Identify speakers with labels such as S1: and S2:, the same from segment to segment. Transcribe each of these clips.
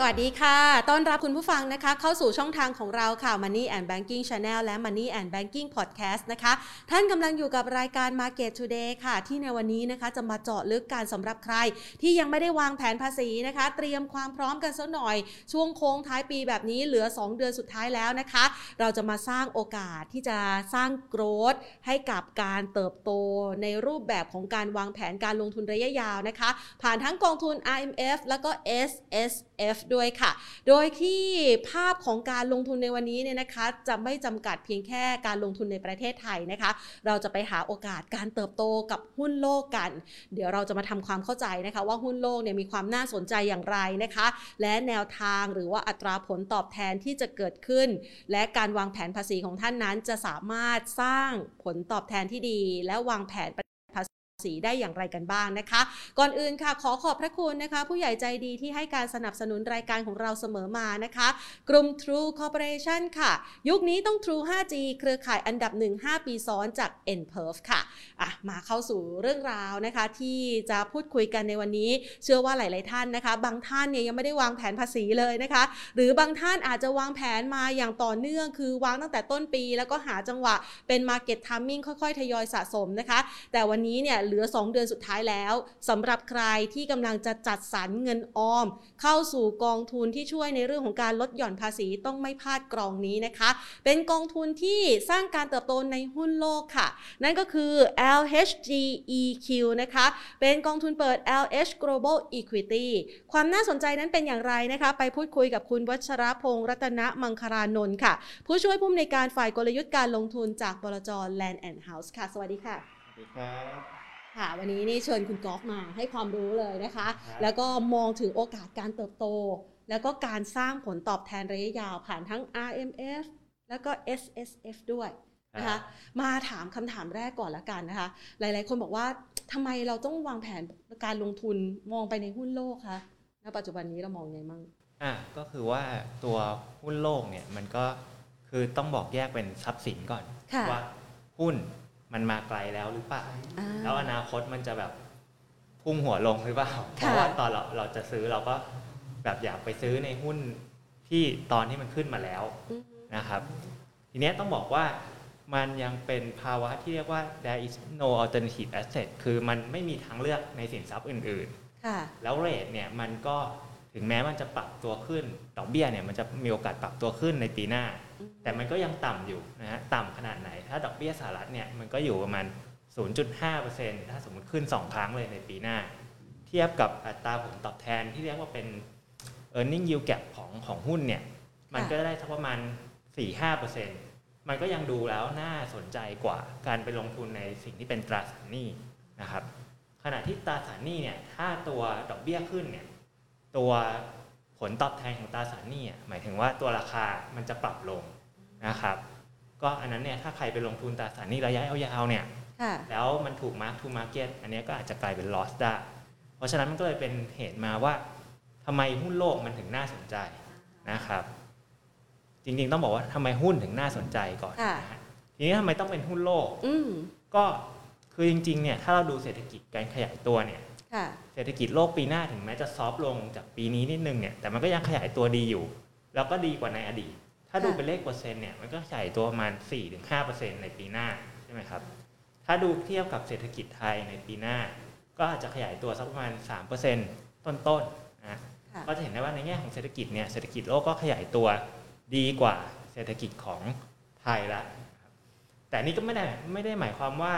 S1: สวัสดีค่ะ ต้อนรับคุณผู้ฟังนะคะ เข้าสู่ช่องทางของเราค่ะ Money and Banking Channel และ Money and Banking Podcast นะคะ ท่านกำลังอยู่กับรายการ Market Today ค่ะ ที่ในวันนี้นะคะจะมาเจาะลึกการสำหรับใคร ที่ยังไม่ได้วางแผนภาษีนะคะ เตรียมความพร้อมกันสักหน่อย ช่วงโค้งท้ายปีแบบนี้เหลือ 2 เดือนสุดท้ายแล้วนะคะ เราจะมาสร้างโอกาสที่จะสร้างโกรธให้กับการเติบโตในรูปแบบของการวางแผนการลงทุนระยะยาวนะคะ ผ่านทั้งกองทุน IMF แล้วก็ S S F ด้วยค่ะ โดยที่ภาพของการลงทุนในวันนี้เนี่ยนะคะ จะไม่จำกัดเพียงแค่การลงทุนในประเทศไทยนะคะ เราจะไปหาโอกาสการเติบโตกับหุ้นโลกกัน เดี๋ยวเราจะมาทำความเข้าใจนะคะ ว่าหุ้นโลกเนี่ยมีความน่าสนใจอย่างไรนะคะ และแนวทางหรือว่าอัตราผลตอบแทนที่จะเกิดขึ้น และการวางแผนภาษีของท่านนั้นจะสามารถสร้างผลตอบแทนที่ดี และวางแผนภาษีได้อย่างไรกันบ้างนะคะ ก่อนอื่นค่ะ ขอขอบพระคุณนะคะ ผู้ใหญ่ใจดีที่ให้การสนับสนุนรายการของเราเสมอมานะคะ กลุ่ม True Corporation ค่ะ ยุคนี้ต้อง True 5G เครือข่ายอันดับ 1 5 ปีซ้อนจาก n p e r f ค่ะอ่ะ มาเข้าสู่เรื่องราวนะคะ ที่จะพูดคุยกันในวันนี้ เชื่อว่าหลาย ๆ ท่านนะคะ บางท่านเนี่ยยังไม่ได้วางแผนภาษีเลยนะคะ หรือบางท่านอาจจะวางแผนมาอย่างต่อเนื่อง คือวางตั้งแต่ต้นปี แล้วก็หาจังหวะเป็น Market Timing ค่อย ๆ ทยอยสะสมนะคะ แต่วันนี้เนี่ยเหลือ 2 เดือนสุดท้ายแล้วสำหรับใครที่กำลังจะจัดสรรเงินออม เข้าสู่กองทุนที่ช่วยในเรื่องของการลดหย่อนภาษีต้องไม่พลาดกรองนี้นะคะ เป็นกองทุนที่สร้างการเติบโตในหุ้นโลกค่ะ นั่นก็คือ LHGEQ นะคะ เป็นกองทุนเปิด LH Global Equity ความน่าสนใจนั้นเป็นอย่างไรนะคะ ไปพูดคุยกับคุณวัชรพงษ์รัตนมังคารานนท์ค่ะ ผู้ช่วยผู้อำนวยการฝ่ายกลยุทธ์การลงทุนจากบลจ Land and House ค่ะ สวัสดีค่ะ
S2: สวัสดีครับ
S1: ค่ะ วันนี้นี่เชิญคุณก๊อฟมาให้ความรู้เลยนะคะ
S2: ครับ
S1: แล้วก็มองถึงโอกาสการเติบโต แล้วก็การสร้างผลตอบแทนระยะยาวผ่านทั้ง RMF แล้วก็ SSF ด้วยนะคะมาถามคำถามแรกก่อนละกันนะคะ หลาย ๆ คนบอกว่าทำไมเราต้องวางแผนการลงทุนมองไปในหุ้นโลกคะณปัจจุบันนี้เรามองไงมั่ง
S2: อ่ะก็คือว่าตัวหุ้นโลกเนี่ยมันก็คือต้องบอกแยกเป็นทรัพย์สินก่อน
S1: ค่ะ
S2: ว่าหุ้นมันมาไกลแล้วหรือเปล่า
S1: อ่า
S2: แล้วอนาคตมันจะแบบพุ่งหัวลงหรือเปล่า เพ
S1: ค่ะ
S2: ราะว่าตอนเราเราจะซื้อเราก็แบบอยากไปซื้อในหุ้นที่ตอนที่มันขึ้นมาแล้ว
S1: อืม
S2: นะครับ ทีเนี้ยต้องบอกว่ามันยังเป็นภาวะที่เรียกว่า there is no alternative asset คือมันไม่มีทางเลือกในสินทรัพย์อื่น ๆ
S1: ค่ะ
S2: แล้วเรทเนี่ยมันก็ถึงแม้มันจะปรับตัวขึ้นดอกเบี้ยเนี่ยมันจะมีโอกาสปรับตัวขึ้นในปีหน้า
S1: อืม
S2: แต่มันก็ยังต่ำอยู่นะฮะต่ำขนาดไหน ถ้าดอกเบี้ยสหรัฐเนี่ยมันก็อยู่ประมาณ 0.5%ถ้าสมมติขึ้น 2 ครั้งเลยในปีหน้า เทียบกับอัตราผลตอบแทนที่เรียกว่าเป็น e a r n i n g yield gap ของของหุ้นเนี่ยมันก็ได้สักประมาณ 4-5%มันก็ยังดูแล้วน่าสนใจกว่าการไปลงทุนในสิ่งที่เป็นตราสารหนี้นะครับ ขณะที่ตราสารหนี้เนี่ยถ้าตัวดอกเบี้ยขึ้นเนี่ยตัวผลตอบแทนของตราสารหนี้อะหมายถึงว่าตัวราคามันจะปรับลงนะครับ ก็อันนั้นเนี่ยถ้าใครไปลงทุนตราสารหนี้ระยะยาวๆเนี่ย
S1: ค่ะ
S2: แล้วมันถูกมาร์กทูมาร์เก็ตอันเนี้ยก็อาจจะกลายเป็น loss ได้ เพราะฉะนั้นมันก็เลยเป็นเหตุมาว่าทำไมหุ้นโลกมันถึงน่าสนใจนะครับ จริงๆต้องบอกว่าทำไมหุ้นถึงน่าสนใจก่อน
S1: ค่ะ
S2: นะฮะทีนี้ทำไมต้องเป็นหุ้นโลก
S1: อืม
S2: ก็คือจริงๆเนี่ยถ้าเราดูเศรษฐกิจการขยายตัวเนี่ย
S1: ค่ะ
S2: เศรษฐกิจโลกปีหน้าถึงแม้จะซอฟต์ลงจากปีนี้นิดนึงเนี่ยแต่มันก็ยังขยายตัวดีอยู่ แล้วก็ดีกว่าในอดีต ถ้าดูเป็นเลขเปอร์เซ็นต์เนี่ยมันก็ขยายตัวประมาณ 4-5%ในปีหน้าใช่ไหมครับ ถ้าดูเทียบกับเศรษฐกิจไทยในปีหน้า ก็อาจจะขยายตัวสักประมาณ 3%ต้นๆนะ
S1: ค่ะ
S2: ก็จะเห็นได้ว่าในแง่ของเศรษฐกิจเนี่ยเศรษฐกิจโลกก็ขยายตัวดีกว่าเศรษฐกิจของไทยละนะครับแต่นี่ก็ไม่ได้ไม่ได้หมายความว่า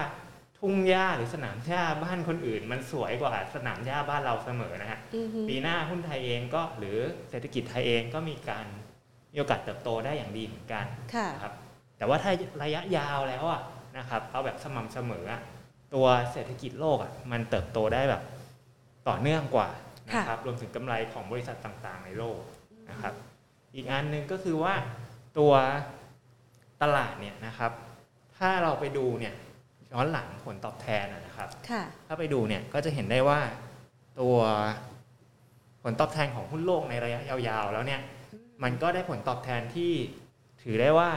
S2: ทุ่งหญ้าหรือสนามหญ้าบ้านคนอื่น มันสวยกว่าสนามหญ้าบ้านเราเสมอนะฮะ
S1: อือฮึ
S2: ปีหน้าหุ้นไทยเองก็หรือเศรษฐกิจไทยเองก็มีการมีโอกาสเติบโตได้อย่างดีเหมือนกัน
S1: ค่ะ
S2: นะครับ แต่ว่าถ้าระยะยาวแล้วอะนะครับเอาแบบสม่ำเสมออะตัวเศรษฐกิจโลกอะมันเติบโตได้แบบต่อเนื่องกว่านะครับรวมถึงกำไรของบริษัทต่างๆ ในโลกนะครับ อีกอันหนึ่งก็คือว่าตัวตลาดเนี่ยนะครับ ถ้าเราไปดูเนี่ยย้อนหลังผลตอบแทนอะนะครับ
S1: ค่ะ
S2: ถ้าไปดูเนี่ยก็จะเห็นได้ว่าตัวผลตอบแทนของหุ้นโลกในระยะยาวๆ แล้วเนี่ย มันก็ได้ผลตอบแทนที่ถือได้ว่า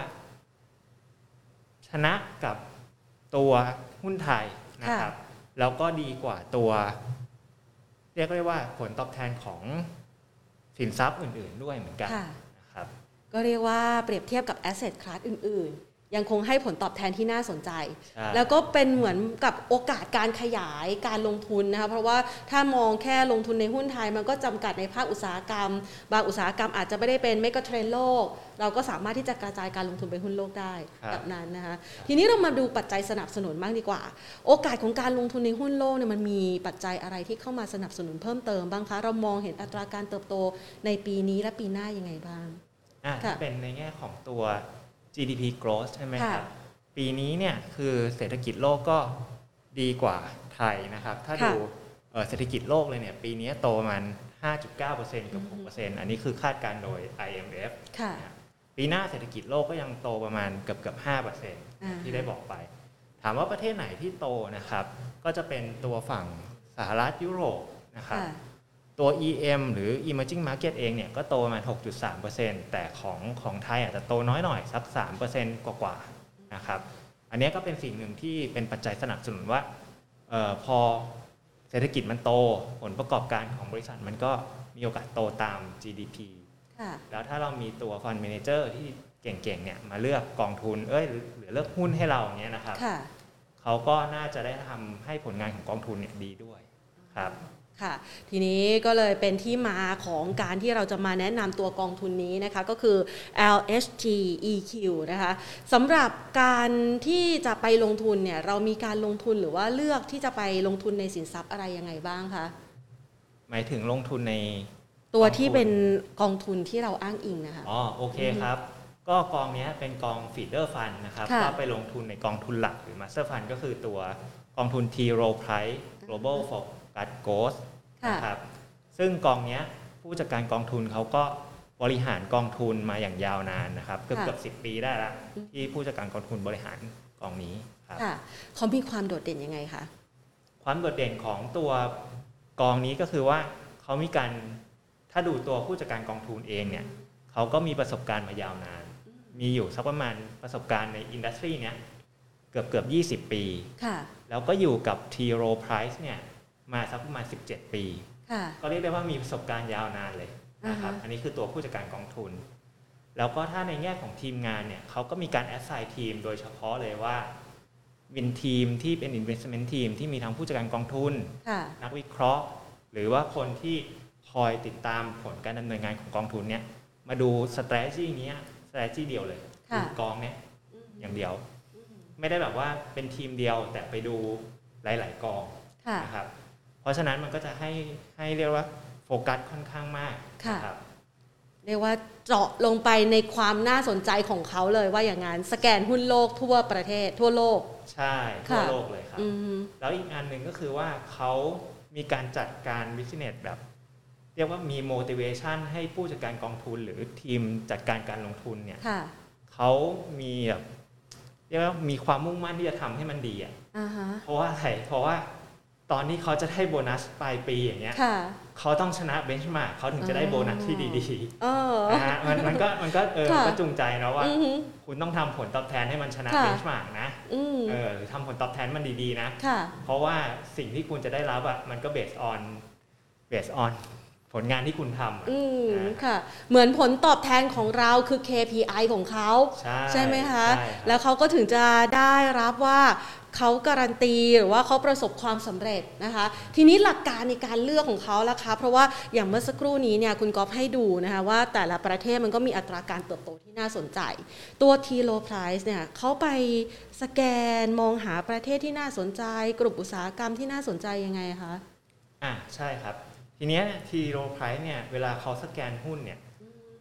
S2: ชนะกับตัวหุ้นไทยนะครับ แล้วก็ดีกว่าตัว เรียกได้ว่าผลตอบแทนของ สินทรัพย์อื่น ๆ ด้วยเหมือนกัน
S1: ค่ะ
S2: นะครับ
S1: ก็เรียกว่าเปรียบเทียบกับ asset class อื่น ๆ ยังคงให้ผลตอบแทนที่น่าสนใจ
S2: ใช่
S1: แล้วก็เป็นเหมือนกับโอกาสการขยายการลงทุนนะคะเพราะว่าถ้ามองแค่ลงทุนในหุ้นไทยมันก็จำกัดในภาคอุตสาหกรรม บางอุตสาหกรรมอาจจะไม่ได้เป็นเมกะเทรนโลก เราก็สามารถที่จะกระจายการลงทุนไปหุ้นโลกได้
S2: ครับ
S1: แบบนั้นนะคะทีนี้เรามาดูปัจจัยสนับสนุนบ้างดีกว่า โอกาสของการลงทุนในหุ้นโลกเนี่ยมันมีปัจจัยอะไรที่เข้ามาสนับสนุนเพิ่มเติมบ้างคะเรามองเห็นอัตราการเติบโตในปีนี้และปีหน้ายังไงบ้าง
S2: อ่ะ
S1: ค่ะ
S2: ถ้าเป็นในแง่ของตัว GDP growth ใช่ไหมครับ ปีนี้เนี่ยคือเศรษฐกิจโลกก็ดีกว่าไทยนะครับ ถ้า
S1: ค่ะ
S2: ดูเอ่อเศรษฐกิจโลกเลยเนี่ยปีนี้โตประมัน5.9%กับ
S1: อือฮึ
S2: 6%อันนี้คือคาดการณ์โดย IMF
S1: ค่ะ
S2: ปีหน้าเศรษฐกิจโลกก็ยังโตประมาณเกือบเกือบ
S1: า
S2: 5%ที่ได้บอกไป ถามว่าประเทศไหนที่โตนะครับ ก็จะเป็นตัวฝั่งสหรัฐยุโรปนะครับ
S1: ค่ะ
S2: ตัว EM หรือ Emerging Market เองเนี่ยก็โตประมาณ 6.3%แต่ของของไทยอาจจะโตน้อยหน่อย สัก 3%กว่ากว่าๆนะครับ อันเนี้ยก็เป็นสิ่งหนึ่งที่เป็นปัจจัยสนับสนุนว่าเออพอเศรษฐกิจมันโต ผลประกอบการของบริษัทมันก็มีโอกาสโตตาม GDP
S1: ค่ะ
S2: แล้วถ้าเรามีตัว Fund Manager ที่เก่งๆเนี่ยมาเลือกกองทุนเอ้ยหรือหรือเลือกหุ้นให้เราอย่างเงี้ยนะครับ
S1: ค่ะ
S2: เขาก็น่าจะได้ทำให้ผลงานของกองทุนเนี่ยดีด้วยครับ
S1: ค่ะ ทีนี้ก็เลยเป็นที่มาของการที่เราจะมาแนะนำตัวกองทุนนี้นะคะ ก็คือ LHT EQ นะคะสำหรับการที่จะไปลงทุนเนี่ย เรามีการลงทุนหรือว่าเลือกที่จะไปลงทุนในสินทรัพย์อะไรยังไงบ้างคะ
S2: หมายถึงลงทุนใน
S1: ตัวที่เป็นกองทุนที่เราอ้างอิงนะคะ
S2: อ๋อโอเคครับ ก็กองเนี้ยเป็นกองฟีดเดอร์ฟันนะครับ
S1: ค่ะ
S2: ก็ไปลงทุนในกองทุนหลักหรือมาสเตอร์ฟันก็คือตัวกองทุน T Rowe Price Global Focus Growth
S1: ค่ะ
S2: นะครับซึ่งกองเนี้ยผู้จัดการกองทุนเขาก็บริหารกองทุนมาอย่างยาวนานนะครับเกือบเกือบสิปีได้ละที่ผู้จัดการกองทุนบริหารกองนี้ครับ
S1: ค่ะ เขามีความโดดเด่นยังไงคะ
S2: ความโดดเด่นของตัวกองนี้ก็คือว่าเขามีการถ้าดูตัวผู้จัดการกองทุนเองเนี่ยเขาก็มีประสบการณ์มายาวนาน มีอยู่สักประมาณประสบการณ์ในอินดัสทรีเนี้ยเกือบเกือบ20 ปี
S1: ค่ะ
S2: แล้วก็อยู่กับ T r o w Price เนี่ยมาสักประมาณ 17 ปี
S1: ค่ะ
S2: ก็เรียกได้ว่ามีประสบการณ์ยาวนานเลยนะครับ
S1: อ่าฮะ
S2: อันนี้คือตัวผู้จัดการกองทุน แล้วก็ถ้าในแง่ของทีมงานเนี่ยเขาก็มีการแอ s ไซน์ทีมโดยเฉพาะเลยว่าเป็นทีมที่เป็น investment team ที่มีทั้งผู้จัดการกองทุน
S1: ค่ะ
S2: นักวิเคราะห์ หรือว่าคนที่คอยติดตามผลการดำเนินงานของกองทุนเนี่ยมาดู strategy เนี้ย strategy เดียวเลย
S1: ค่ะ
S2: ดูกองเนี่ยอย่างเดียว ไม่ได้แบบว่าเป็นทีมเดียวแต่ไปดูหลาย ๆ กอง
S1: ค่ะ
S2: นะครับเพราะฉะนั้นมันก็จะให้ให้เรียกว่าโฟกัสค่อนข้างมาก
S1: ค่ะ
S2: นะครับ
S1: เรียกว่าเจาะลงไปในความน่าสนใจของเขาเลยว่าอย่างนั้นสแกนหุ้นโลกทั่วประเทศทั่วโลก
S2: ใช่ทั่ว
S1: ค่ะ
S2: โลกเลยครับ
S1: อืม
S2: แล้วอีกอันหนึ่งก็คือว่าเขามีการจัดการบิสเนสแบบ เรียกว่ามี motivation ให้ผู้จัดการกองทุน หรือทีมจัดการการลงทุนเนี่ย
S1: ค่ะ
S2: เขามีแบบเรียกว่ามีความมุ่งมั่นที่จะทำให้มันดีอ่ะ
S1: อ่าฮะ
S2: เพราะว่าอะไรเพราะว่าตอนนี้เขาจะได้โบนัสปลายปีอย่างเงี้ย
S1: ค่ะ
S2: เขาต้องชนะเบนช์มาเขาถึงจะได้โบนัสที่ดีๆ
S1: เออ
S2: นะฮะมันมันก็มันก็เออ
S1: ค่ะ
S2: มันก็จูงใจเนาะว่า
S1: อือหือ
S2: คุณต้องทำผลตอบแทนให้มันชนะ
S1: ค่ะ
S2: เบนช์มาร์กนะ
S1: อืม
S2: เออหรือทำผลตอบแทนมันดีๆนะ
S1: ค่ะ
S2: เพราะว่าสิ่งที่คุณจะได้รับอ่ะมันก็เบสออนเบสออนผลงานที่คุณทำอะ
S1: อืม
S2: นะ
S1: ค่ะ เหมือนผลตอบแทนของเราคือ KPI ของเขา
S2: ใช่
S1: ใช่ไหมคะ
S2: ใช่รับ
S1: แล้วเขาก็ถึงจะได้รับว่าเขาการันตีหรือว่าเขาประสบความสำเร็จนะคะ ทีนี้หลักการในการเลือกของเขาล่ะคะ เพราะว่าอย่างเมื่อสักครู่นี้เนี่ยคุณก๊อฟให้ดูนะคะว่าแต่ละประเทศมันก็มีอัตราการเติบโตที่น่าสนใจ ตัว T low price เนี่ยเขาไปสแกนมองหาประเทศที่น่าสนใจ กลุ่มอุตสาหกรรมที่น่าสนใจยังไงคะ
S2: อ่ะใช่ครับ ทีเนี้ยทีโรไพรส์เนี่ยเวลาเขาสแกนหุ้นเนี่ย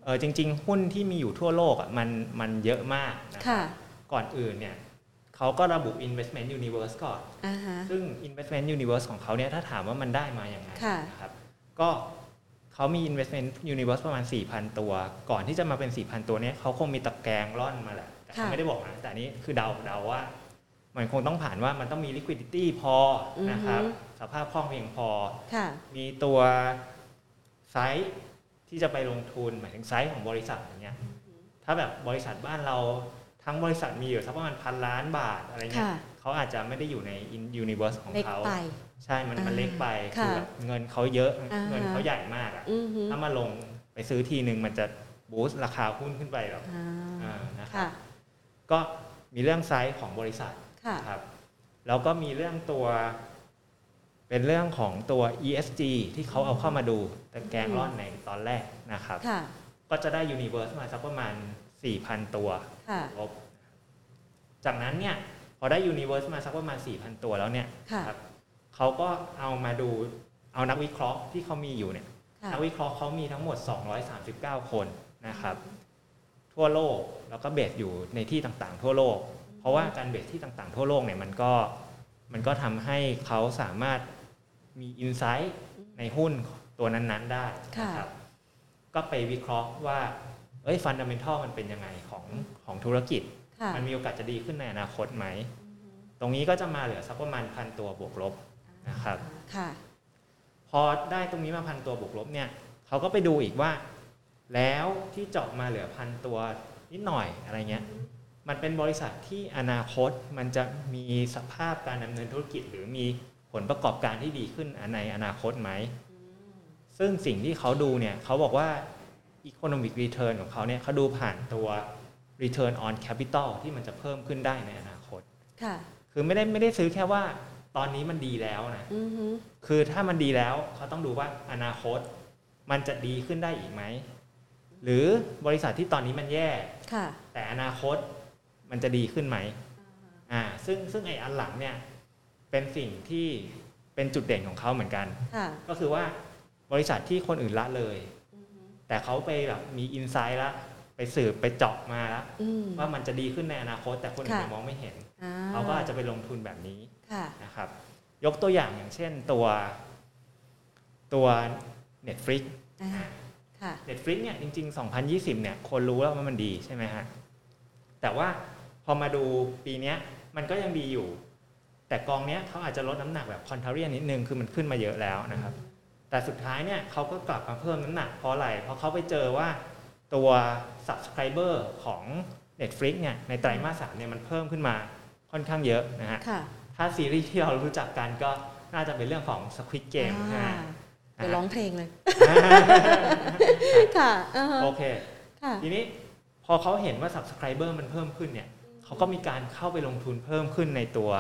S2: เออจริง ๆ หุ้นที่มีอยู่ทั่วโลกอ่ะมันมันเยอะมากนะ
S1: ค่ะ
S2: ก่อนอื่นเนี่ยเขาก็ระบุ investment universe ก่อน
S1: อ่าฮะ
S2: ซึ่ง investment universe ของเขาเนี่ยถ้าถามว่ามันได้มาอย่างไง
S1: ค่ะ
S2: นะครับก็เขามี investment universe ประมาณ 4,000 ตัว ก่อนที่จะมาเป็น 4,000 ตัวเนี่ยเขาคงมีตะแกรงร่อนมาแหละแต่เขาไม่ได้บอกนะแต่อันนี้คือเดาเดาว่า มันคงต้องผ่านว่ามันต้องมี liquidity พอนะครับสภาพคล่องเพียงพอ
S1: ค่ะ
S2: มีตัวไซส์ที่จะไปลงทุนหมายถึงไซส์ของบริษัทอย่างเงี้ยถ้าแบบบริษัทบ้านเราทั้งบริษัทมีอยู่สักประมาณพันล้านบาทอะไรเงี้ย
S1: ค่ะ
S2: เขาอาจจะไม่ได้อยู่ในอินยูนิเวอร์สของ
S1: เล็ก
S2: เขา
S1: ไป
S2: ใช่มันมัน
S1: อ่า
S2: เล็กไปคื
S1: ค่ะ
S2: อแบบเงินเขาเยอะ
S1: อ่าฮะ
S2: เงินเขาใหญ่มากอะ
S1: อือฮึ
S2: ถ้ามาลง ไปซื้อทีนึงมันจะบูสต์ราคาหุ้นขึ้นไปแบบ
S1: อ่า
S2: อ่านะครั
S1: ค่ะ
S2: บก็มีเรื่องไซส์ของบริษัท
S1: ค่ะ
S2: ครับแล้วก็มีเรื่องตัว เป็นเรื่องของตัว ESG ที่เขาเอาเข้ามาดูแต่แกงร่อนในตอนแรกนะครับ
S1: ค่ะ
S2: ก็จะได้ Universe มาสักประมาณ 4,000 ตัว
S1: ค่ะ
S2: ลบจากนั้นเนี่ยพอได้ยูนิเวอร์สมาสักประมาณ 4,000 ตัวแล้วเนี่ย
S1: ค่ะ
S2: ครับเขาก็เอามาดูเอานักวิเคราะห์ที่เขามีอยู่เนี่ย
S1: ค่ะ
S2: นักวิเคราะห์เขามีทั้งหมด 239 คนนะครับ ทั่วโลกแล้วก็เบสอยู่ในที่ต่างๆ ทั่วโลก เพราะว่าการเบสที่ต่างๆ ทั่วโลกเนี่ยมันก็มันก็ทำให้เขาสามารถมีอินไซต์ในหุ้นตัวนั้นๆได้นะครับ ก็ไปวิเคราะห์ว่าเอ้ยฟันดัมเบลทมันเป็นยังไงของของธุรกิจ
S1: ค่ะ
S2: มันมีโอกาสจะดีขึ้นในอนาคตไหม ตรงนี้ก็จะมาเหลือสักประมาณพันตัวบวกลบนะครับ
S1: ค่ะ
S2: พอได้ตรงนี้มาพันตัวบวกลบเนี่ยเขาก็ไปดูอีกว่า แล้วที่เจาะมาเหลือพันตัวนิดหน่อยอะไรเงี้ย มันเป็นบริษัทที่อนาคตมันจะมีสภาพการดำเนินธุรกิจ หรือมีผลประกอบการที่ดีขึ้นในอนาคตไหม ซึ่งสิ่งที่เขาดูเนี่ยเขาบอกว่า economic return ของเขาเนี่ยเขาดูผ่านตัว return on capital ที่มันจะเพิ่มขึ้นได้ในอนาคต
S1: ค่ะ
S2: คือไม่ได้ไม่ได้ซื้อแค่ว่าตอนนี้มันดีแล้วนะ
S1: อือฮึ
S2: คือถ้ามันดีแล้วเขาต้องดูว่าอนาคตมันจะดีขึ้นได้อีกไหม หรือบริษัทที่ตอนนี้มันแย่
S1: ค่ะ
S2: แต่อนาคตมันจะดีขึ้นไหมอ่าซึ่งซึ่งไอ้อันหลังเนี่ยเป็นสิ่งที่เป็นจุดเด่นของเขาเหมือนกัน
S1: ค่ะ
S2: ก็คือว่าบริษัทที่คนอื่นละเลย
S1: อือฮึ
S2: แต่เขาไปแบบมีอินไซต์ละไปสืบไปเจาะมาละ
S1: อืม
S2: ว่ามันจะดีขึ้นในอนาคต แต่คนอื่น
S1: ค่ะ
S2: ยังมองไม่เห็น
S1: อ่
S2: เขาก็อาจจะไปลงทุนแบบนี้
S1: ค่ะ
S2: นะครับยกตัวอย่างอย่างเช่นตัวตัว Netflix
S1: อ่าค่ะ
S2: Netflix เนี่ยจริง ๆ 2020 เนี่ยคนรู้แล้วว่ามันดีใช่ไหมฮะ แต่ว่าพอมาดูปีเนี้ยมันก็ยังดีอยู่ แต่กองเนี้ยเขาอาจจะลดน้ำหนักแบบคอนเทเรียนนิดนึง คือมันขึ้นมาเยอะแล้วนะครับ แต่สุดท้ายเนี่ยเขาก็กลับมาเพิ่มน้ำหนักเพราะอะไร เพราะเขาไปเจอว่าตัว subscriber ของ Netflix เนี่ยในไตรมาสสามเนี่ยมันเพิ่มขึ้นมาค่อนข้างเยอะนะฮะ
S1: ค่ะ
S2: ถ้าซีรีส์ที่เรารู้จักกันก็น่าจะเป็นเรื่องของ Squid Game นะ
S1: อ่า
S2: ฮะ
S1: เดี๋ยวร้องเพลงเลย
S2: อ่า
S1: ค่ะอ่าฮะ
S2: โอเค
S1: ค่ะ
S2: ทีนี้พอเขาเห็นว่า subscriber มันเพิ่มขึ้นเนี่ยเขาก็มีการเข้าไปลงทุนเพิ่มขึ้นในตัว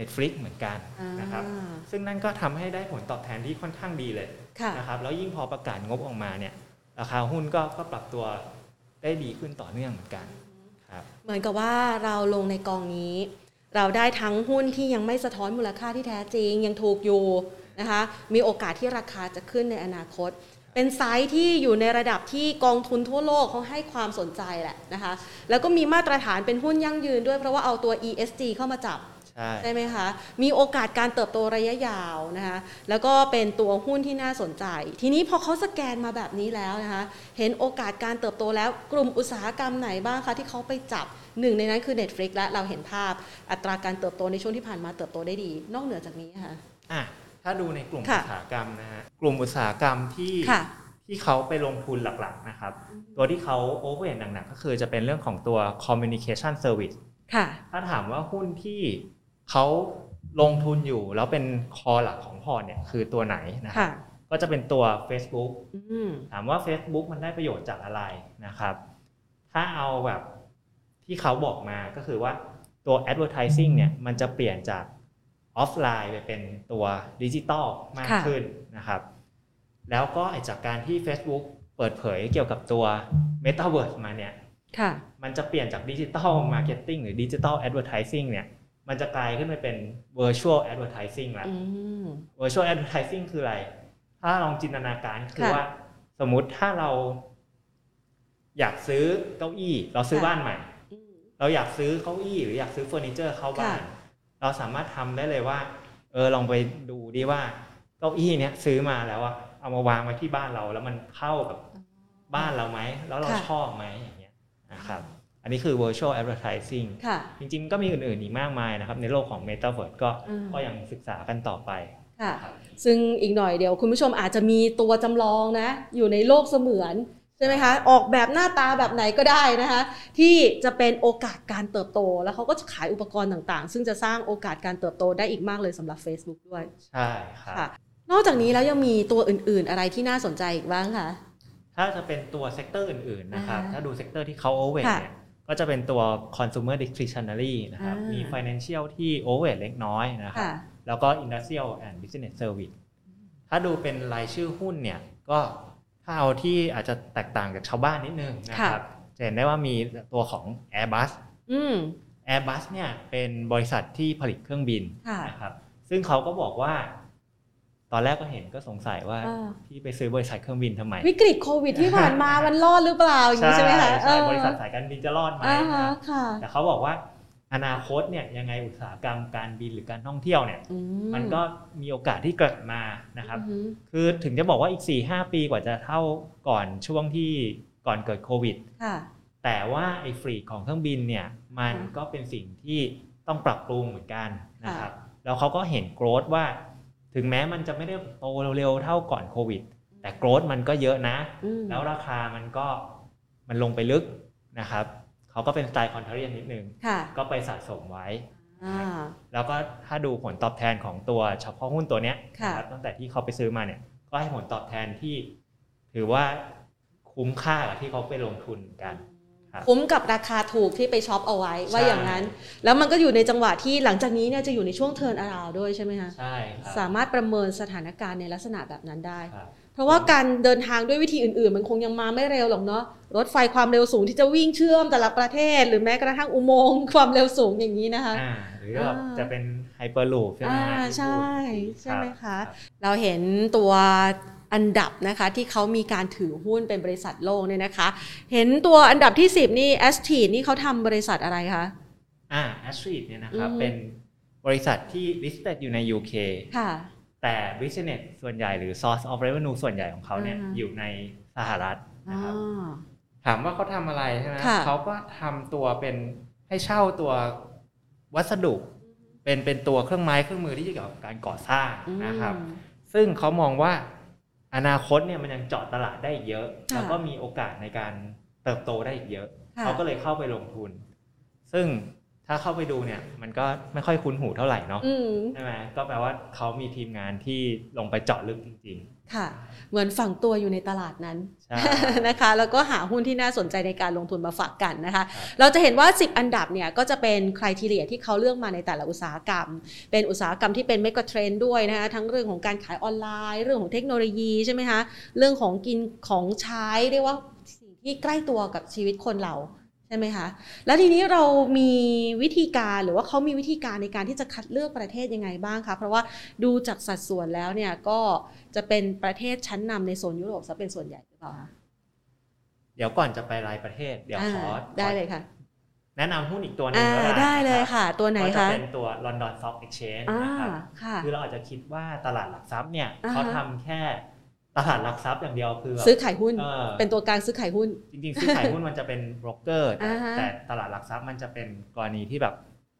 S2: Netflix เหมือนกัน
S1: อ่า
S2: นะครับ ซึ่งนั่นก็ทำให้ได้ผลตอบแทนที่ค่อนข้างดีเลย
S1: ค่ะ
S2: นะครับ แล้วยิ่งพอประกาศงบออกมาเนี่ย ราคาหุ้นก็ก็ปรับตัวได้ดีขึ้นต่อเนื่องเหมือนกันครับ
S1: เหมือนกับว่าเราลงในกองนี้ เราได้ทั้งหุ้นที่ยังไม่สะท้อนมูลค่าที่แท้จริง ยังถูกอยู่นะคะ มีโอกาสที่ราคาจะขึ้นในอนาคต เป็นไซส์ที่อยู่ในระดับที่กองทุนทั่วโลกเขาให้ความสนใจแหละนะคะ แล้วก็มีมาตรฐานเป็นหุ้นยั่งยืนด้วยเพราะว่าเอาตัว ESG เข้ามาจับ
S2: ใช่
S1: ใช่ไหมคะ มีโอกาสการเติบโตระยะยาวนะคะ แล้วก็เป็นตัวหุ้นที่น่าสนใจ ทีนี้พอเขาสแกนมาแบบนี้แล้วนะคะ เห็นโอกาสการเติบโตแล้วกลุ่มอุตสาหกรรมไหนบ้างคะที่เขาไปจับหนึ่งในนั้นคือ Netflix และเราเห็นภาพอัตราการเติบโตในช่วงที่ผ่านมาเติบโตได้ดี นอกเหนือจากนี้ค่ะ
S2: อ่ะถ้าดูในกลุ่ม
S1: ค่ะ
S2: อุตสาหกรรมนะฮะกลุ่มอุตสาหกรรมที่
S1: ค่ะ
S2: ที่เขาไปลงทุนหลักๆนะครับ ตัวที่เขาโอเวอร์เห็นหนักๆก็คือจะเป็นเรื่องของตัว communication service
S1: ค่ะ
S2: ถ้าถามว่าหุ้นที่เขาลงทุนอยู่แล้วเป็นคอหลักของพอร์ตเนี่ยคือตัวไหนนะ
S1: ค่ะ
S2: ก็จะเป็นตัว Facebook
S1: อืม
S2: ถามว่า Facebook มันได้ประโยชน์จากอะไรนะครับ ถ้าเอาแบบที่เขาบอกมาก็คือว่าตัว advertising เนี่ยมันจะเปลี่ยนจากออฟไลน์ไปเป็นตัวดิจิตอลมากขึ้นนะครับ แล้วก็ไอ้จากการที่ Facebook เปิดเผยเกี่ยวกับตัว Metaverse มาเนี่ย
S1: ค่ะ
S2: มันจะเปลี่ยนจากดิจิตอลมาร์เก็ตติ้งหรือดิจิตอลแอดเวอร์ทิซิ่งเนี่ย มันจะกลายขึ้นไปเป็น virtual advertising แล้ว
S1: อืม
S2: virtual advertising คืออะไร ถ้าลองจินตนาการคือ
S1: ค่ะ
S2: ว่า สมมุติถ้าเรา อยากซื้อเก้าอี้ เราซื้อบ้านใหม่
S1: อืม
S2: เราอยากซื้อเก้าอี้หรืออยากซื้อเฟอร์นิเจอร์เข้าบ้าน
S1: ค่ะ
S2: เราสามารถทำได้เลยว่า เออลองไปดูดิว่าเก้าอี้เนี้ยซื้อมาแล้วอะเอามาวางไว้ที่บ้านเรา แล้วมันเข้ากับบ้านเราไหม แล้วเราชอบไหมอย่างเงี้ยนะครับ อันนี้คือ virtual advertising
S1: ค่ะ
S2: จริงๆ ก็มีอื่นๆอีกมากมายนะครับ ในโลกของ Metaverse ก็
S1: อืม
S2: ก็ยังศึกษากันต่อไป
S1: ค่ะ ซึ่งอีกหน่อยเดี๋ยวคุณผู้ชมอาจจะมีตัวจำลองนะ อยู่ในโลกเสมือนใช่ไหมคะ ออกแบบหน้าตาแบบไหนก็ได้นะคะ ที่จะเป็นโอกาสการเติบโต แล้วเขาก็จะขายอุปกรณ์ต่างๆ ซึ่งจะสร้างโอกาสการเติบโตได้อีกมากเลยสำหรับ Facebook ด้วย
S2: ใช่ครับ
S1: ค่ะ นอกจากนี้แล้วยังมีตัวอื่นๆอะไรที่น่าสนใจอีกบ้างคะ
S2: ถ้าจะเป็นตัวเซกเตอร์อื่นๆนะครับ
S1: อ่าฮะ
S2: ถ้าดูเซกเตอร์ที่เขาโอเวอร์เนี่ยก็จะเป็นตัว consumer discretionary นะครับ
S1: อ่ามี
S2: มี financial ที่โอเวอร์เล็กน้อยนะครับ
S1: ค่ะ
S2: แล้วก็ Industrial and Business Service ถ้าดูเป็นรายชื่อหุ้นเนี่ย ก็ถ้าเอาที่อาจจะแตกต่างจากชาวบ้านนิดนึงนะครับจะเห็นได้ว่ามีตัวของ Airbus
S1: อืม
S2: Airbus เนี่ยเป็นบริษัทที่ผลิตเครื่องบิน
S1: ค่ะ
S2: นะครับ ซึ่งเขาก็บอกว่า ตอนแรกก็เห็นก็สงสัยว่า
S1: อ่า
S2: พี่ไปซื้อบริษัทเครื่องบินทำไม
S1: วิกฤตโควิดที่ผ่าน มา มันรอดหรือเปล่าอย่างนี้ใช่ไหมคะ
S2: ใช่
S1: เออบ
S2: ริษัทสายการบินจะรอดไหม
S1: อ่า
S2: นะค
S1: ฮะ
S2: รับ
S1: ค่ะ
S2: แต่เขาบอกว่าอนาคตเนี่ยยังไงอุตสาหกรรมการบินหรือการท่องเที่ยวเนี่ย
S1: อื
S2: มันก็มีโอกาสที่กลับมานะครับ
S1: อืม
S2: คือถึงจะบอกว่าอีก 4 5 ปีกว่าจะเท่าก่อนช่วงที่ก่อนเกิดโควิด
S1: ค่ะ
S2: แต่ว่าไอ้ฟรีของเครื่องบินเนี่ย มันก็เป็นสิ่งที่ต้องปรับปรุงเหมือนกันนะครับ แล้วเขาก็เห็นโกรธว่า ถึงแม้มันจะไม่ได้โตเร็วๆ เท่าก่อนโควิด แต่โกรธมันก็เยอะนะ
S1: อืม
S2: แล้วราคามันก็มันลงไปลึกนะครับ เขาก็เป็นสไตล์คอนเทเรียนนิดนึง
S1: ค่ะ
S2: ก็ไปสะสมไว้
S1: อ่า
S2: แล้วก็ถ้าดูผลตอบแทนของตัวเฉพาะหุ้นตัวเนี้ย
S1: ค่ะ
S2: นะครับตั้งแต่ที่เขาไปซื้อมาเนี่ย ก็ให้ผลตอบแทนที่ ถือว่าคุ้มค่ากับที่เขาไปลงทุนกัน ครับ
S1: คุ้มกับราคาถูกที่ไปช็อปเอาไว้ว่า
S2: ใช่
S1: อย่างนั้น แล้วมันก็อยู่ในจังหวะที่หลังจากนี้เนี่ยจะอยู่ในช่วงเทิร์นอาราวด้วยใช่ไหมคะ
S2: ใช่ครั
S1: สามารถประเมินสถานการณ์ในลักษณะแบบนั้นได้
S2: ครับ
S1: เพราะว่าการเดินทางด้วยวิธีอื่นๆ มันคงยังมาไม่เร็วหรอกเนาะรถไฟความเร็วสูงที่จะวิ่งเชื่อมแต่ละประเทศ หรือแม้กระทั่งอุโมงค์ความเร็วสูงอย่างนี้นะคะ
S2: อ่าหรือว่า
S1: อ่า
S2: จะเป็นไฮเปอร์ลูปใช่ไหมฮะ
S1: อ่า
S2: ที่พูด
S1: ใช่ใช่ไหม
S2: รั
S1: คะ
S2: บ
S1: เราเห็นตัวอันดับนะคะที่เขามีการถือหุ้นเป็นบริษัทโลกเนี่ยนะคะ เห็นตัวอันดับที่ 10 นี่แอสทีนี่เขาทำบริษัทอะไรคะ
S2: อ่าแอสทรีดเนี่ยนะครับ
S1: อืม
S2: เป็นบริษัทที่ listed อยู่ใน UK
S1: ค่ะ
S2: แต่ business ส่วนใหญ่หรือ source of revenue ส่วนใหญ่ของเขาเนี่ย
S1: อ่าฮะ
S2: อยู่ในสหรัฐ
S1: อ๋อ
S2: นะครับ ถามว่าเขาทำอะไรใช่ไหม
S1: ค่ะ
S2: เขาก็ทำตัวเป็นให้เช่าตัววัสดุ เป็นเป็นตัวเครื่องไม้เครื่องมือที่เกี่ยวกับการก่อสร้างนะครับ
S1: อืม
S2: ซึ่งเขามองว่าอนาคตเนี่ยมันยังเจาะตลาดได้อีกเยอะ
S1: ค่ะ
S2: แล้วก็มีโอกาสในการเติบโตได้อีกเยอะ
S1: ค่ะ
S2: เขาก็เลยเข้าไปลงทุน ซึ่งถ้าเข้าไปดูเนี่ย มันก็ไม่ค่อยคุ้นหูเท่าไหร่เนาะ
S1: อืม
S2: ใช่ไหมก็แปลว่าเขามีทีมงานที่ลงไปเจาะลึกจริง
S1: ค่ะ เหมือนฝังตัวอยู่ในตลาดนั้น
S2: ๆใช่
S1: นะคะแล้วก็หาหุ้นที่น่าสนใจในการลงทุนมาฝากกันนะคะ
S2: ครับ
S1: เราจะเห็นว่า 10 อันดับเนี่ยก็จะเป็นคุณทีเรียที่เขาเลือกมาในแต่ละอุตสาหกรรม เป็นอุตสาหกรรมที่เป็นเมกะเทรนด์ด้วยนะคะทั้งเรื่องของการขายออนไลน์ เรื่องของเทคโนโลยีใช่ไหมคะเรื่องของกินของใช้เรียกว่าสิ่งที่ใกล้ตัวกับชีวิตคนเราใช่ไหมคะแล้วทีนี้เรามีวิธีการหรือว่าเขามีวิธีการในการที่จะคัดเลือกประเทศยังไงบ้างคะเพราะว่าดูจากสัดส่วนแล้วเนี่ยก็จะเป็นประเทศชั้นนำในโซนยุโรปซะเป็นส่วนใหญ่หรือเปล่าคะ
S2: เดี๋ยวก่อนจะไปรายประเทศ เดี๋ยวขอ
S1: อ่าได้เลยค่ะ
S2: แนะนำหุ้นอีกตัวหนึง
S1: อ่า
S2: ก็
S1: ได้เลย
S2: นะครับ
S1: ค่ะ ตัวไหน
S2: ก็จะ
S1: คะ
S2: เป็นตัว London Stock Exchange
S1: อ่า
S2: นะครับ
S1: ค่ะ
S2: คือเราอาจจะคิดว่าตลาดหลักทรัพย์เนี่ย
S1: อ่าฮะ
S2: เขาทำแค่ตลาดหลักทรัพย์อย่างเดียวคือแบบ
S1: ซื้อขายหุ้น
S2: เออ
S1: เป็นตัวกลางซื้อขายหุ้น
S2: จริงๆ ซื้อขายหุ้นมันจะเป็นโบรกเกอร์
S1: อ่าฮะ
S2: แต่ตลาดหลักทรัพย์มันจะเป็นกรณีที่แบบ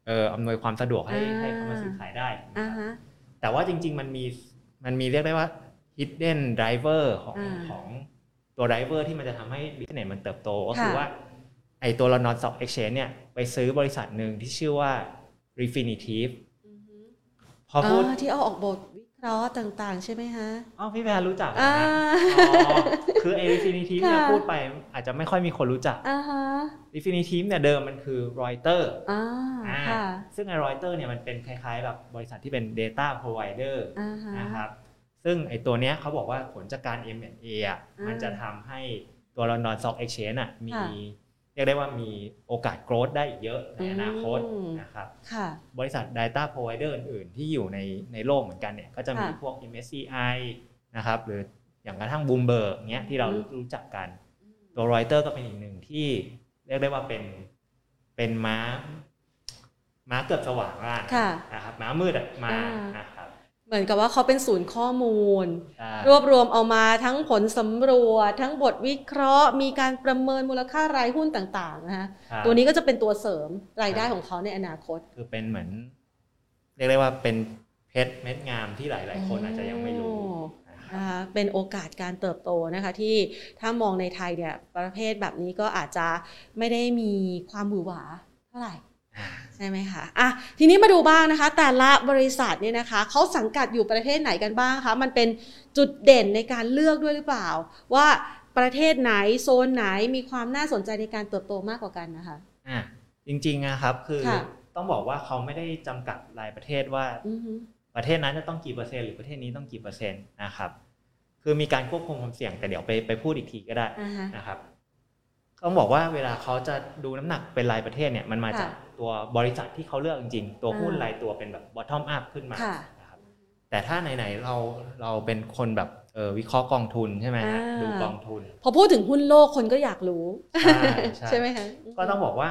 S2: เอออำนวยความสะดวกให้
S1: อ่า
S2: ให้เขามาซื้อขายได้
S1: อ่าฮะ
S2: แต่ว่าจริงๆ มันมีมันมีเรียกได้ว่า hidden driver ของ
S1: อ่า
S2: ของตัว driver ที่มันจะทำให้ business มันเติบโต ก็คือ
S1: ค่ะ
S2: ว่าไอตัว London Stock Exchange เนี่ยไปซื้อบริษัทหนึ่งที่ชื่อว่า Refinitiv พอ
S1: อ๋
S2: พูด
S1: อที่เอาออกบทวิเคราะห์ต่างๆ ใช่ไหมฮะ
S2: อ๋อพี่แพรรู้จักเหรอ
S1: อ่า
S2: ฮะอ๋อคือไอ้ Refinitiv เนี่ย
S1: ค่ะ
S2: พูดไปอาจจะไม่ค่อยมีคนรู้จัก
S1: อ่าฮะ
S2: Refinitiv เนี่ยเดิมมันคือ Reuters
S1: อ่า
S2: อ่า
S1: ค่ะ
S2: ซึ่งไอ้ Reuters เนี่ยมันเป็นคล้ายๆแบบบริษัทที่เป็น Data Provider
S1: อ่าฮะ
S2: นะครับ ซึ่งไอ้ตัวเนี้ยเขาบอกว่าผลจากการ M&A อ่ะ
S1: อ่ามั
S2: มันจะทำให้ตัว London Stock Exchange อ่ะมี
S1: ค่ะ
S2: เรียกได้ว่ามีโอกาส growth ได้อีกเยอะในอนาคต
S1: อืม
S2: นะครับ
S1: ค่ะ
S2: บริษัท Data Provider อื่นๆ ที่อยู่ในในโลกเหมือนกันเนี่ยก็จะมี
S1: ค่ะ
S2: พวก MSCI นะครับหรืออย่างกระทั่ง Bloomberg เนี้ยที่เรา
S1: อืม
S2: รู้จักกัน ตัว Reuters ก็เป็นอีกหนึ่งที่เรียกได้ว่าเป็นเป็นม้า ม้าเกือบสว่างล่ะ
S1: ค่ะ
S2: นะครับม้ามืดอะมา
S1: อ่าน
S2: นะครับ
S1: เหมือนกับว่าเขาเป็นศูนย์ข้อมูล
S2: ใช่
S1: รวบรวมเอามาทั้งผลสำรวจ ทั้งบทวิเคราะห์ มีการประเมินมูลค่ารายหุ้นต่างๆนะคะ
S2: ครับ
S1: ตัวนี้ก็จะเป็นตัวเสริมรายได้ของเขาในอนาคต
S2: คือเป็นเหมือน เรียกได้ว่าเป็นเพชรเม็ดงามที่หลาย ๆ คนอาจจะยังไม่รู้นะครับ
S1: นะคะเป็นโอกาสการเติบโตนะคะที่ถ้ามองในไทยเนี่ยประเภทแบบนี้ก็อาจจะไม่ได้มีความหวือหวาเท่าไหร่ใช่ไหมคะอ่ะทีนี้มาดูบ้างนะคะ แต่ละบริษัทเนี่ยนะคะเขาสังกัดอยู่ประเทศไหนกันบ้างคะมันเป็นจุดเด่นในการเลือกด้วยหรือเปล่า ว่า ประเทศไหนโซนไหนมีความน่าสนใจในการเติบโตมากกว่ากันนะคะ
S2: อ่ะจริงๆนะครับคือ
S1: ค่ะ
S2: ต้องบอกว่าเขาไม่ได้จำกัดรายประเทศว่า
S1: อือฮึ
S2: ประเทศนั้นจะต้องกี่เปอร์เซ็นต์หรือประเทศนี้ต้องกี่เปอร์เซ็นต์นะครับ คือมีการควบคุมความเสี่ยงแต่เดี๋ยวไปไปพูดอีกทีก็ได้
S1: อ่าฮะ
S2: นะครับต้องบอกว่าเวลาเขาจะดูน้ำหนักเป็นรายประเทศเนี่ยมันมาจากตัวบริษัทที่เขาเลือกจริงๆ ตัวหุ้น
S1: อ่าร
S2: รายตัวเป็นแบบ bottom up ขึ้นมา
S1: ค่ะ
S2: นะครับแต่ถ้าไหนๆเราเราเป็นคนแบบเออวิเคราะห์กองทุนใช่ไหมฮะดูกองทุน
S1: พอพูดถึงหุ้นโลกคนก็อยากรู้
S2: ใช่ใช่
S1: ไหมคะ
S2: ก็ต้องบอกว่า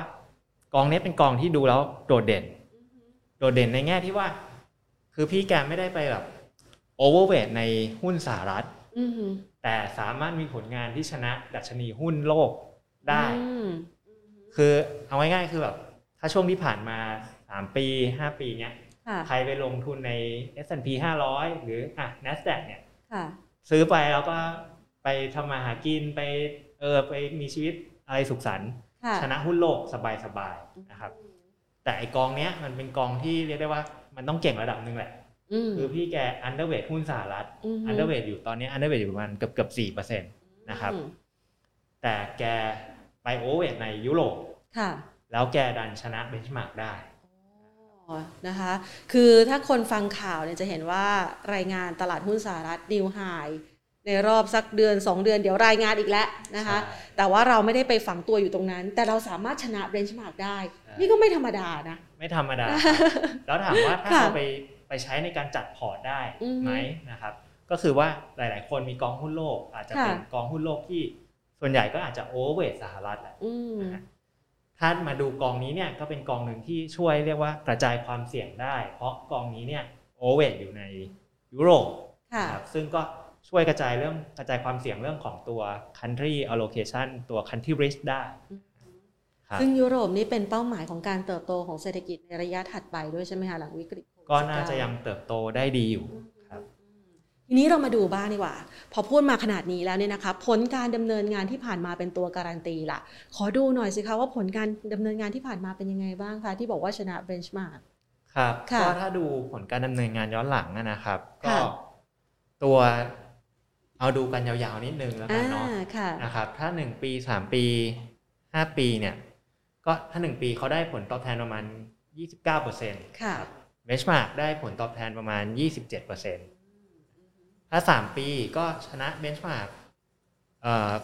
S2: กองนี้เป็นกองที่ดูแล้วโดดเด่น โดดเด่นในแง่ที่ว่า คือพี่แกไม่ได้ไปแบบโอเวอร์เวทในหุ้นสหรัฐ
S1: อือฮึ
S2: แต่สามารถมีผลงานที่ชนะดัชนีหุ้นโลกได้
S1: อืม
S2: คือเอาง่ายๆคือแบบถ้าช่วงที่ผ่านมา 3 ปี 5 ปีเนี้ย
S1: ค่ะ
S2: ใครไปลงทุนใน S&P 500 หรืออ่ะ NASDAQ เนี่ย
S1: ค่ะ
S2: ซื้อไปแล้วก็ไปทำมาหากินไปเออไปมีชีวิตอะไรสุขสันต์
S1: ค่ะ
S2: ชนะหุ้นโลกสบายๆนะครับ แต่ไอกองเนี้ยมันเป็นกองที่เรียกได้ว่ามันต้องเก่งระดับหนึ่งแหละ
S1: อืม
S2: คือพี่แกอันเดอร์เวทหุ้นสหรัฐ
S1: ม
S2: อันเดอร์เวทอยู่ตอนนี้อันเดอร์เวทอยู่ประมาณเกือบเกือบสี่เปอร์เซ็นต์นะครับ
S1: อืม
S2: แต่แกไปโอเวอร์เวทในยุโรป
S1: ค่ะ
S2: แล้วแกดันชนะเบนช์มาร์กได้
S1: อ๋อนะคะ คือถ้าคนฟังข่าวเนี่ยจะเห็นว่ารายงานตลาดหุ้นสหรัฐนิวไฮในรอบสักเดือน 2 เดือนเดี๋ยวรายงานอีกแล้วนะคะ
S2: ใช่
S1: แต่ว่าเราไม่ได้ไปฝังตัวอยู่ตรงนั้น แต่เราสามารถชนะเบนช์มาร์กได้
S2: ใช่
S1: นี่ก็ไม่ธรรมดานะ
S2: ไม่ธรรมดา แล้วถามว่าถ้า
S1: ค่ะ
S2: เอาไปไปใช้ในการจัดพอร์ตได้
S1: อือฮึ
S2: ไหมนะครับ ก็คือว่าหลาย ๆ คนมีกองหุ้นโลก อาจจะ
S1: ค่ะ
S2: เป็นกองหุ้นโลกที่ส่วนใหญ่ก็อาจจะโอเวอร์เวทสหรัฐแหละ
S1: อืม
S2: ถ้ามาดูกองนี้เนี่ยก็เป็นกองหนึ่งที่ช่วยเรียกว่ากระจายความเสี่ยงได้ เพราะกองนี้เนี่ยโอเวทอยู่ในยุโรป
S1: ค่ะ
S2: นะครับซึ่งก็ช่วยกระจายเรื่องกระจายความเสี่ยงเรื่องของตัว country allocation ตัว country risk ได้ครับ
S1: ซึ่งยุโรปนี่เป็นเป้าหมายของการเติบโตของเศรษฐกิจในระยะถัดไปด้วยใช่ไหมคะหลังวิกฤตโควิด
S2: ก็น่าจะยังเติบโตได้ดีอยู่ครับ
S1: ทีนี้เรามาดูบ้างดีกว่า พอพูดมาขนาดนี้แล้วเนี่ยนะคะผลการดำเนินงานที่ผ่านมาเป็นตัวการันตีล่ะ ขอดูหน่อยสิคะว่าผลการดำเนินงานที่ผ่านมาเป็นยังไงบ้างคะที่บอกว่าชนะเบนช์มาร์
S2: ครับ
S1: ค่ะ
S2: ก็ถ้าดูผลการดำเนินงานย้อนหลังนะนะครับ ก็
S1: ค่ะ
S2: ตัวเอาดูกันยาวๆนิดนึงแล้วกันเนาะ
S1: ค่ะ
S2: นะครับถ้า 1 ปี 3 ปี 5 ปีเนี่ยก็ถ้า 1 ปีเขาได้ผลตอบแทนประมาณ 29%
S1: ค่ะ
S2: เบนช์มาร์กได้ผลตอบแทนประมาณ 27%ถ้า 3 ปีก็ชนะเบนช์มาร์ก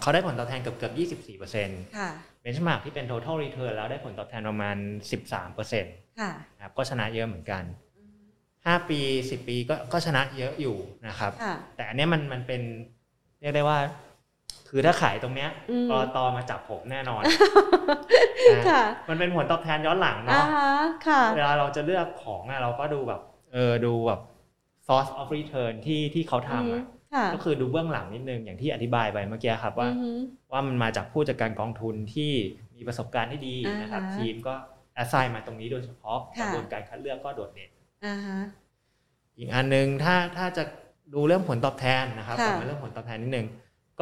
S2: เขาได้ผลตอบแทนเกือบเกือบ 24%เ
S1: ค่ะ
S2: บนช์มาร์กที่เป็น total return แล้วได้ผลตอบแทนประมาณ 13%น
S1: ค่ะ
S2: ะครับก็ชนะเยอะเหมือนกัน 5 ปี 10 ปีก็ก็ชนะเยอะอยู่นะครับ
S1: ค่ะ
S2: แต่อันเนี้ยมันมันเป็นเรียกได้ว่า คือถ้าขายตรงเนี้ย
S1: อืม
S2: กรตอมาจับผมแน่นอนนะ
S1: ค่ะ
S2: มันเป็นผลตอบแทนย้อนหลัง
S1: อ่า
S2: เนาะ
S1: ฮะค่ะ
S2: เวลาเราจะเลือกของอะเราก็ดูแบบเออดูแบบ source of return ที่ที่เขาทำอะ
S1: ค่ะ
S2: ก็คือดูเบื้องหลังนิดนึงอย่างที่อธิบายไปเมื่อกี้ครับว่า
S1: อือฮึ
S2: ว่ามันมาจากผู้จัดการกองทุนที่มีประสบการณ์ที่ดีนะครับ
S1: อ่าฮะ
S2: ทีมก็ assign มาตรงนี้โดยเฉพาะก
S1: ค่ะ
S2: ระบวนการคัดเลือกก็โดดเด่น
S1: อ่าฮะ
S2: อีกอันหนึ่งถ้าถ้าจะดูเรื่องผลตอบแทนนะครับ
S1: ค่ะ
S2: กลับมาเรื่องผลตอบแทนนิดนึง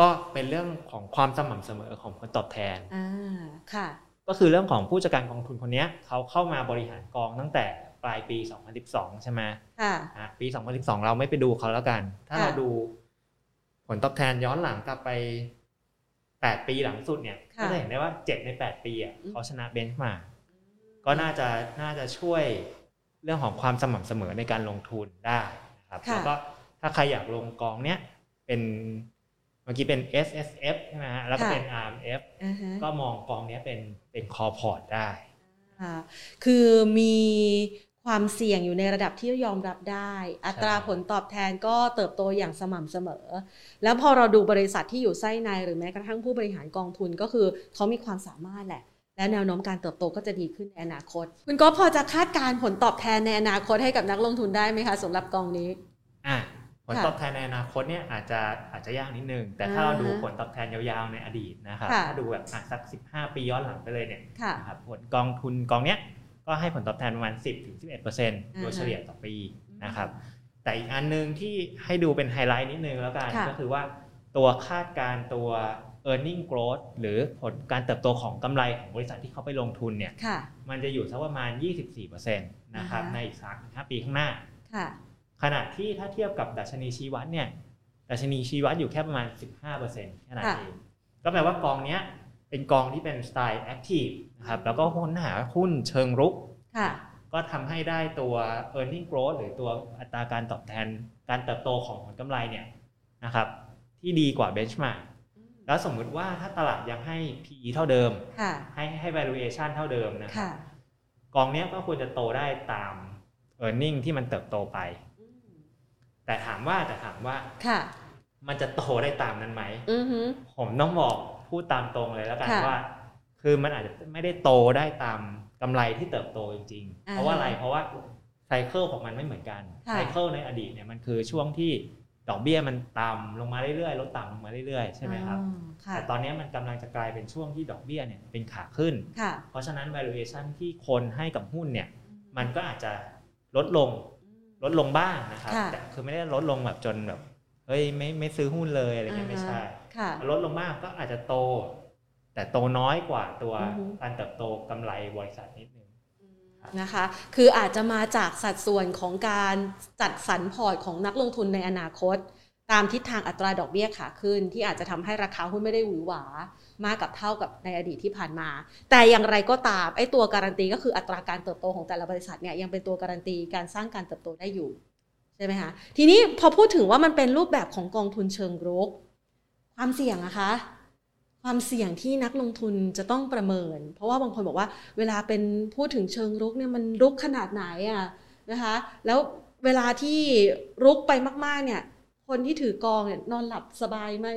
S2: ก็เป็นเรื่องของความสม่ำเสมอของผลตอบแทน
S1: อ่า ค่ะ
S2: ก็คือเรื่องของผู้จัดการกองทุนคนเนี้ยเขาเข้ามาบริหารกองตั้งแต่ปลายปี 2012 ใช่ไหม
S1: ค่ะ
S2: อ่ะปี 2012 เราไม่ไปดูเขาแล้วกัน ถ้า
S1: ค่ะ
S2: เราดูผลตอบแทนย้อนหลังกลับไป 8 ปีหลังสุดเนี่ยก็จะเห็นได้ว่า 7 ใน 8 ปีอ่ะเขาชนะเบนช์มาร์กก็น่าจะน่าจะช่วยเรื่องของความสม่ำเสมอในการลงทุนได้นะครับ
S1: ค่ะ
S2: แล้วก็ถ้าใครอยากลงกองเนี้ยเป็นเมื่อกี้เป็น S S F ใช่ไหมฮะแล้วก็เป็น R M F
S1: อ่าฮะ
S2: ก็มองกองเนี้ยเป็นเป็นคอพอร์ตได้
S1: ค่ะคือมีความเสี่ยงอยู่ในระดับที่ยอมรับได้ อัตราผลตอบแทนก็เติบโตอย่างสม่ำเสมอ แล้วพอเราดูบริษัทที่อยู่ไส้ในหรือแม้กระทั่งผู้บริหารกองทุนก็คือเขามีความสามารถแหละ และแนวโน้มการเติบโตก็จะดีขึ้นในอนาคต คุณก็พอจะคาดการณ์ผลตอบแทนในอนาคตให้กับนักลงทุนได้ไหมคะสำหรับกองนี้
S2: อ่ะผล
S1: ค่ะ
S2: ตอบแทนในอนาคตเนี่ยอาจจะอาจจะยากนิดนึง แต่ถ้า
S1: อ่า
S2: เรา
S1: ฮะ
S2: ดูผลตอบแทนยาวๆในอดีตนะครับ
S1: ค่ะ
S2: ถ้าดูแบบอ่ะสัก 15 ปีย้อนหลังไปเลยเนี่ย
S1: ค่ะ
S2: นะครับผลกองทุนกองเนี้ยก็ให้ผลตอบแทนประมาณ 10-11%โดย
S1: อ่าฮะ
S2: เฉลี่ยต่อปีนะครับแต่อีกอันหนึงที่ให้ดูเป็นไฮไลท์นิดนึงแล้วกัน
S1: ค่ะ
S2: ก็คือว่าตัวคาดการณ์ตัว e a r n i n g growth หรือผลการเติบโตของกำไรของบริษัทที่เขาไปลงทุนเนี่ย
S1: ค่ะ
S2: มันจะอยู่สักประมาณ 24%นะครับ
S1: อ่าฮะ
S2: ในอีก3-5ปีข้างหน้า
S1: ค่ะ
S2: ขณะที่ถ้าเทียบกับดัชนีชี้วัดเนี่ย ดัชนีชี้วัดอยู่แค่ประมาณ 15%แค่นั้น
S1: ค่ะ
S2: เองก็แปลว่ากองเนี้ยเป็นกองที่เป็นสไตล์แอคทีฟนะครับแล้วก็ค้นหาหุ้นเชิงรุก
S1: ค่ะ
S2: ก็ทำให้ได้ตัว e a r n i n g growth หรือตัวอัตราการตอบแทน การเติบโตของผลกำไรเนี่ยนะครับที่ดีกว่า benchmark แล้วสมมุติว่าถ้าตลาดยังให้ PE เท่าเดิม
S1: ค่ะ
S2: ให้ให้ valuation เท่าเดิมนะ
S1: ค่ะ
S2: กองเนี้ยก็ควรจะโตได้ตาม e a r n i n g ที่มันเติบโตไป
S1: อืม
S2: แต่ถามว่าแต่ถามว่า
S1: ค่ะ
S2: มันจะโตได้ตามนั้นไหม
S1: อือฮึ
S2: ผมต้องบอกพูดตามตรงเลยแล้วกัน
S1: ค่ะ
S2: ว่า คือมันอาจจะไม่ได้โตได้ตามกำไรที่เติบโตจริงๆ
S1: อ่า
S2: เพราะว่าอะไรเพราะว่าไซเคิลของมันไม่เหมือนกัน
S1: ค่ะ
S2: ไซเคิลในอดีตเนี่ยมันคือช่วงที่ดอกเบี้ยมันต่ำลงมาเรื่อยๆลดต่ำลงมาเรื่อยๆใช่ไหมครับ
S1: อ๋อค่ะ
S2: แต่ตอนนี้มันกำลังจะกลายเป็นช่วงที่ดอกเบี้ยเนี่ยเป็นขาขึ้น
S1: ค่ะ
S2: เพราะฉะนั้น valuation ที่คนให้กับหุ้นเนี่ยมันก็อาจจะลดลงลดลงบ้างนะครับ
S1: ค่ะ
S2: แต่คือไม่ได้ลดลงแบบจนแบบเฮ้ยไม่ไม่ซื้อหุ้นเลยอะไรเงี้ยไม่ใช่
S1: ค่ะ
S2: ลดลงมากก็อาจจะโต แต่โตน้อยกว่าตัว
S1: อือฮึ
S2: การเติบโตกำไรบริษัทนิดนึง
S1: นะคะ คืออาจจะมาจากสัดส่วนของการจัดสรรพอร์ตของนักลงทุนในอนาคต ตามทิศทางอัตราดอกเบี้ยขาขึ้น ที่อาจจะทำให้ราคาหุ้นไม่ได้หวือหวามากกับเท่ากับในอดีตที่ผ่านมา แต่อย่างไรก็ตามไอ้ตัวการันตีก็คืออัตราการเติบโตของแต่ละบริษัทเนี่ยยังเป็นตัวการันตีการสร้างการเติบโตได้อยู่ใช่ไหมคะทีนี้พอพูดถึงว่ามันเป็นรูปแบบของกองทุนเชิงรุก ความเสี่ยงนะคะ ความเสี่ยงที่นักลงทุนจะต้องประเมิน เพราะว่าบางคนบอกว่าเวลาเป็นพูดถึงเชิงรุกเนี่ยมันรุกขนาดไหนอะนะคะ แล้วเวลาที่รุกไปมากๆเนี่ย คนที่ถือกองเนี่ยนอนหลับสบายไหม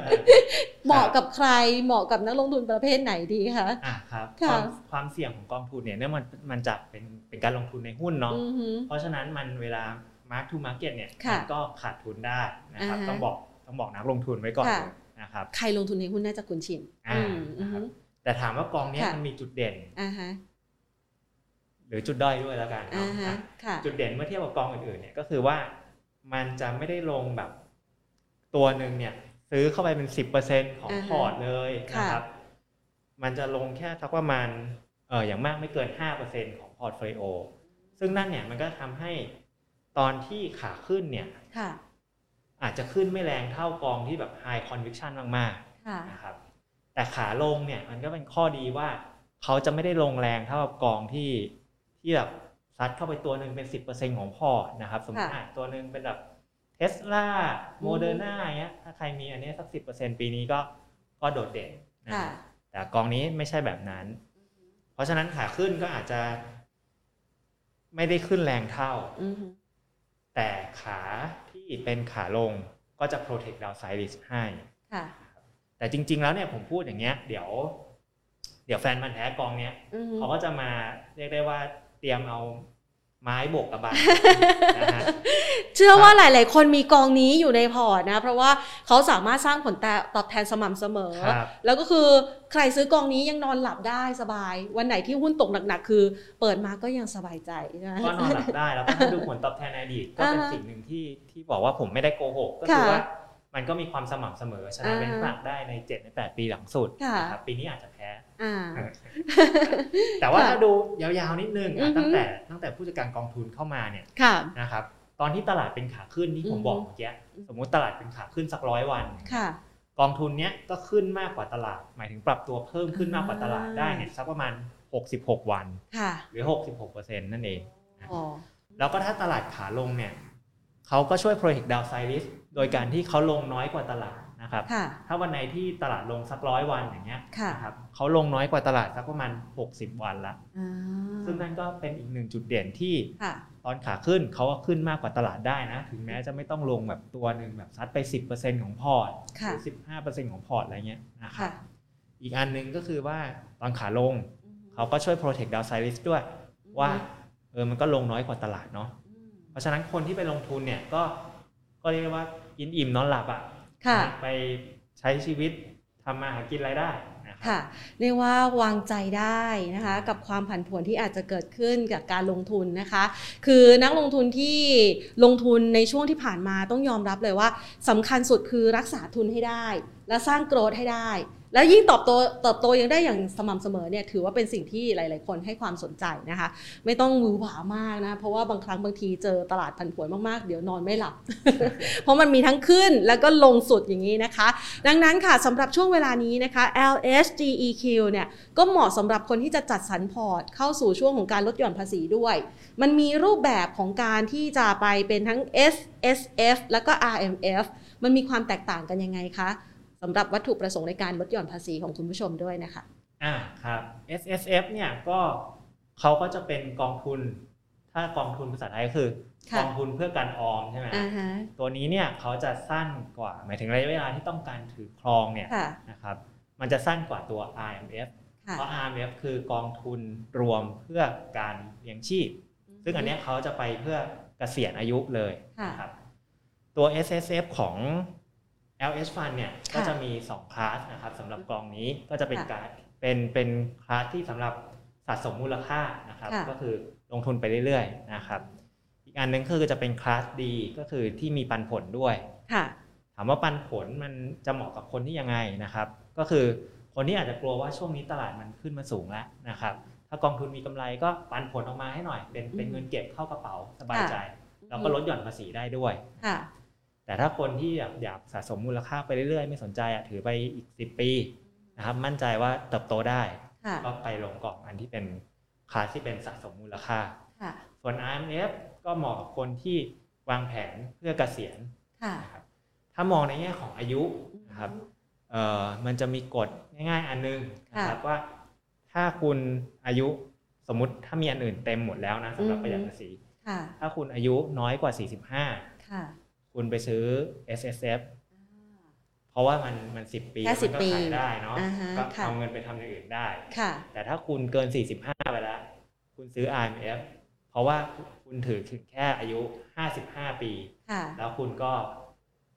S1: เหมาะกับใครเหมาะกับนักลงทุนประเภทไหนดีคะ
S2: อ่ะครับ
S1: ค่ะ
S2: ความความเสี่ยงของกองทุนเนี่ยเนื่องมันมันจะเป็นเป็นการลงทุนในหุ้นเนาะ
S1: อือฮึ
S2: เพราะฉะนั้นมันเวลา mark to market เนี่ย
S1: ค่ะ
S2: มัก็ขาดทุนได้นะครับ
S1: อ่าฮะ
S2: ต้องบอกต้องบอกนักลงทุนไว้ก่อน
S1: ค่ะ
S2: นะครับ
S1: ใครลงทุนในหุ้นน่าจะคุ้นชิน
S2: อ่า
S1: อืมอือฮึ
S2: แต่ถามว่ากองเนี้ย
S1: ค่ะ
S2: มันมีจุดเด่น
S1: อ่าฮะ
S2: หรือจุดด้อยด้วยแล้วกันเนาะ
S1: อ่าฮะ
S2: อ่ะ
S1: ค่ะ
S2: จุดเด่นเมื่อเทียบกับกองอื่นๆเนี่ยก็คือว่ามันจะไม่ได้ลงแบบตัวหนึ่งเนี่ยซื้อเข้าไปเป็น 10%ของ
S1: อ่าฮะ
S2: พอร์ตเลย นะครับ มันจะลงแค่สักประมาณเอออย่างมากไม่เกิน 5%ของพอร์ตโฟลิโอ ซึ่งนั่นเนี่ยมันก็ทำให้ตอนที่ขาขึ้นเนี่ย
S1: ค่ะ
S2: อาจจะขึ้นไม่แรงเท่ากองที่แบบ high conviction มาก
S1: ค่ะ
S2: ๆนะครับ แต่ขาลงเนี่ยมันก็เป็นข้อดีว่าเขาจะไม่ได้ลงแรงเท่ากับกองที่ที่แบบซัดเข้าไปตัวหนึ่งเป็น 10%ของพอร์ตนะครับ สมมติ
S1: ค่ะ
S2: อ่ะตัวหนึ่งเป็นแบบเทสลาโมเดอร์นาเงี้ยถ้าใครมีอันเนี้ยสัก 10%ปีนี้ก็ก็โดดเด่นนะครั
S1: ค่ะ
S2: บ แต่กองนี้ไม่ใช่แบบนั้น เพราะฉะนั้นขาขึ้นก็อาจจะ ไม่ได้ขึ้นแรงเท่า
S1: อือฮึ
S2: แต่ขาที่เป็นขาลงก็จะ protect downside risk ให้
S1: ค่ะ
S2: แต่จริง ๆ แล้วเนี่ยผมพูดอย่างเงี้ย เดี๋ยว เดี๋ยวแฟนมันธุ์แท้กองเนี้ย
S1: อือฮึ
S2: เขาก็จะมาเรียกได้ว่าเตรียมเอาไม้โบกกระ บาล นะฮะ
S1: เชื่อว่าหลาย ๆ คนมีกองนี้อยู่ในพอร์ตนะ เพราะว่าเขาสามารถสร้างผลตอบแทนสม่ำเสมอ
S2: ครับ
S1: แล้วก็คือใครซื้อกองนี้ยังนอนหลับได้สบาย วันไหนที่หุ้นตกหนัก ๆ คือ เปิดมาก็ยังสบายใจนะ
S2: ก็นอนหลับได้แล้วก็ให้ดูผลตอบแทนในอดีตก็เป็น
S1: อ่าฮะ
S2: สิ่งหนึ่งที่ที่บอกว่าผมไม่ได้โกหกก็คือ
S1: ค่ะ
S2: ว่ามันก็มีความสม่ำเสมอชนะ
S1: อ่าฮะ
S2: เป็นฝรั่งได้ใน 7 ใน 8 ปีหลังสุด
S1: ค่ะ
S2: นะครับปีนี้อาจจะแพ้
S1: อ่า
S2: แต่ว่า
S1: ค่ะ
S2: ถ้าดูยาวๆนิดนึง
S1: อื
S2: อ่ะ
S1: อฮึ
S2: ตั้งแต่ตั้งแต่ผู้จัดการกองทุนเข้ามาเนี่ย
S1: ค่ะ
S2: นะครับตอนที่ตลาดเป็นขาขึ้นที่ผ
S1: อื
S2: ม
S1: อฮึ
S2: บอกเมื่อกี้
S1: อือฮึ
S2: สมมุติตลาดเป็นขาขึ้นสักร้อยวัน
S1: ค่ะ
S2: กองทุนเนี้ยก็ขึ้นมากกว่าตลาด หมายถึงปรับตัวเพิ่มขึ้นมากกว่าตลาดได้เนี่ยสักประมาณ 66 วัน
S1: ค่ะ
S2: หรือ 66%นั่นเอง
S1: อ๋อ
S2: แล้วก็ถ้าตลาดขาลงเนี่ยเขาก็ช่วย project downside risk โดยการที่เขาลงน้อยกว่าตลาดนะครับ
S1: ค่ะ
S2: ถ้าวันไหนที่ตลาดลงสักร้อยวันอย่างเงี้ย
S1: ค่ะ
S2: นะครับเขาลงน้อยกว่าตลาดสักประมาณ 60 วันละ
S1: อ่า
S2: ซึ่งนั่นก็เป็นอีกหนึ่งจุดเด่นที่
S1: ค่ะ
S2: ตอนขาขึ้นเขาก็ขึ้นมากกว่าตลาดได้นะ ถึงแม้จะไม่ต้องลงแบบตัวหนึ่งแบบซัดไป 10%ของพอร์ตห
S1: ค่ะ
S2: รือ15%ของพอร์ตอะไรเงี้ยนะครั
S1: ค่ะ
S2: บอีกอันหนึ่งก็คือว่าตอนขาลง
S1: อืม
S2: เขาก็ช่วย protect downside risk ด้วยว่า
S1: อืม
S2: เออมันก็ลงน้อยกว่าตลาดเนาะ
S1: อืม
S2: เพราะฉะนั้นคนที่ไปลงทุนเนี่ยก็ก็เรียกได้ว่ากินอิ่มนอนหลับอ่ะ
S1: ค่ะ
S2: ไปใช้ชีวิตทำมาหากินรายได้นะครับ
S1: ค่ะเรียกว่าวางใจได้นะคะกับความผันผวนที่อาจจะเกิดขึ้นกับการลงทุนนะคะ คือนักลงทุนที่ลงทุนในช่วงที่ผ่านมาต้องยอมรับเลยว่าสำคัญสุดคือรักษาทุนให้ได้ และสร้างโกรธให้ได้ แล้วยิ่งตอบโตเติบโตยังได้อย่างสม่ำเสมอเนี่ยถือว่าเป็นสิ่งที่หลาย ๆ คนให้ความสนใจนะคะ ไม่ต้องหวือหวามากนะ เพราะว่าบางครั้งบางทีเจอตลาดผันผวนมาก ๆ เดี๋ยวนอนไม่หลับ เพราะมันมีทั้งขึ้นแล้วก็ลงสุดอย่างนี้นะคะ ดังนั้นค่ะสำหรับช่วงเวลานี้นะคะ LSGEQ เนี่ยก็เหมาะสำหรับคนที่จะจัดสรรพอร์ตเข้าสู่ช่วงของการลดหย่อนภาษีด้วย มันมีรูปแบบของการที่จะไปเป็นทั้ง S S F แล้วก็ R M F มันมีความแตกต่างกันยังไงคะสำหรับวัตถุประสงค์ในการลดหย่อนภาษีของคุณผู้ชมด้วยนะคะ
S2: อ่าครับ S S F เนี่ยก็เขาก็จะเป็นกองทุน ถ้ากองทุนภาษาไทยก็คือ
S1: ค่ะ
S2: กองทุนเพื่อการออมใช่ไหม
S1: อ่าฮะ
S2: ตัวนี้เนี่ยเขาจะสั้นกว่า หมายถึงระยะเวลาที่ต้องการถือครองเนี่ย
S1: ค่ะ
S2: นะครับมันจะสั้นกว่าตัว R M F
S1: ค่ะ
S2: เพราะ RMF คือกองทุนรวมเพื่อการเลี้ยงชีพ ซึ่งอันเนี้ยเขาจะไปเพื่อเกษียณอายุเลย
S1: ค่ะ
S2: นะครับ ตัว S S F ของ L H Fund เนี่ย
S1: ค่ะ
S2: ก็จะมี 2 คลาสนะครับสำหรับกองนี้ก็จะเป็น
S1: ค่ะ
S2: การเป็นเป็นคลาสที่สำหรับสะสมมูลค่านะครับ
S1: ค่ะ
S2: ก็คือลงทุนไปเรื่อยๆนะครับ อีกอันหนึงคือจะเป็นคลาส D ก็คือที่มีปันผลด้วย
S1: ค่ะ
S2: ถามว่าปันผลมันจะเหมาะกับคนที่ยังไงนะครับ ก็คือคนที่อาจจะกลัวว่าช่วงนี้ตลาดมันขึ้นมาสูงแล้วนะครับ ถ้ากองทุนมีกำไรก็ปันผลออกมาให้หน่อย เป็นเป็นเงินเก็บเข้ากระเป๋าสบายใจ แล้วก็ลดหย่อนภาษีได้ด้วย
S1: ค่ะ
S2: แต่ถ้าคนที่อยากอยากสะสมมูลค่าไปเรื่อยๆ ไม่สนใจอ่ะถือไปอีก 10 ปีนะครับมั่นใจว่าเติบโตได้
S1: ค่ะ
S2: ก็ไปลงกล่องอันที่เป็นคลาสที่เป็นสะสมมูลค่า
S1: ค่ะ
S2: ส่วน IMF ก็เหมาะกับคนที่วางแผนเพื่อเกษียณ
S1: ค่ะ
S2: นะครับถ้ามองในแง่ของอายุนะครับเอ่อมันจะมีกฎง่ายๆอันนึงนะครับว่า ถ้าคุณอายุสมมติถ้ามีอันอื่นเต็มหมดแล้วนะสำหรับ
S1: อืม
S2: ประหยัดภาษี
S1: ค่ะ
S2: ถ้าคุณอายุน้อยกว่า
S1: ค่ะ
S2: 45 คุณไปซื้อ S S F เพราะว่ามันมันสิปี
S1: แค่
S2: มั
S1: 10
S2: ก็
S1: ปี
S2: ขายได้เนาะ
S1: อ่าฮะ
S2: ก็
S1: ค่ะ
S2: เอาเงินไปทำอย่างอื่นได้
S1: ค่ะ
S2: แต่ถ้าคุณเกิน 45 ไปแล้ว คุณซื้อ I M F เพราะว่าคุณถือถึงแค่อายุ 55 ปี
S1: ค่ะ
S2: แล้วคุณก็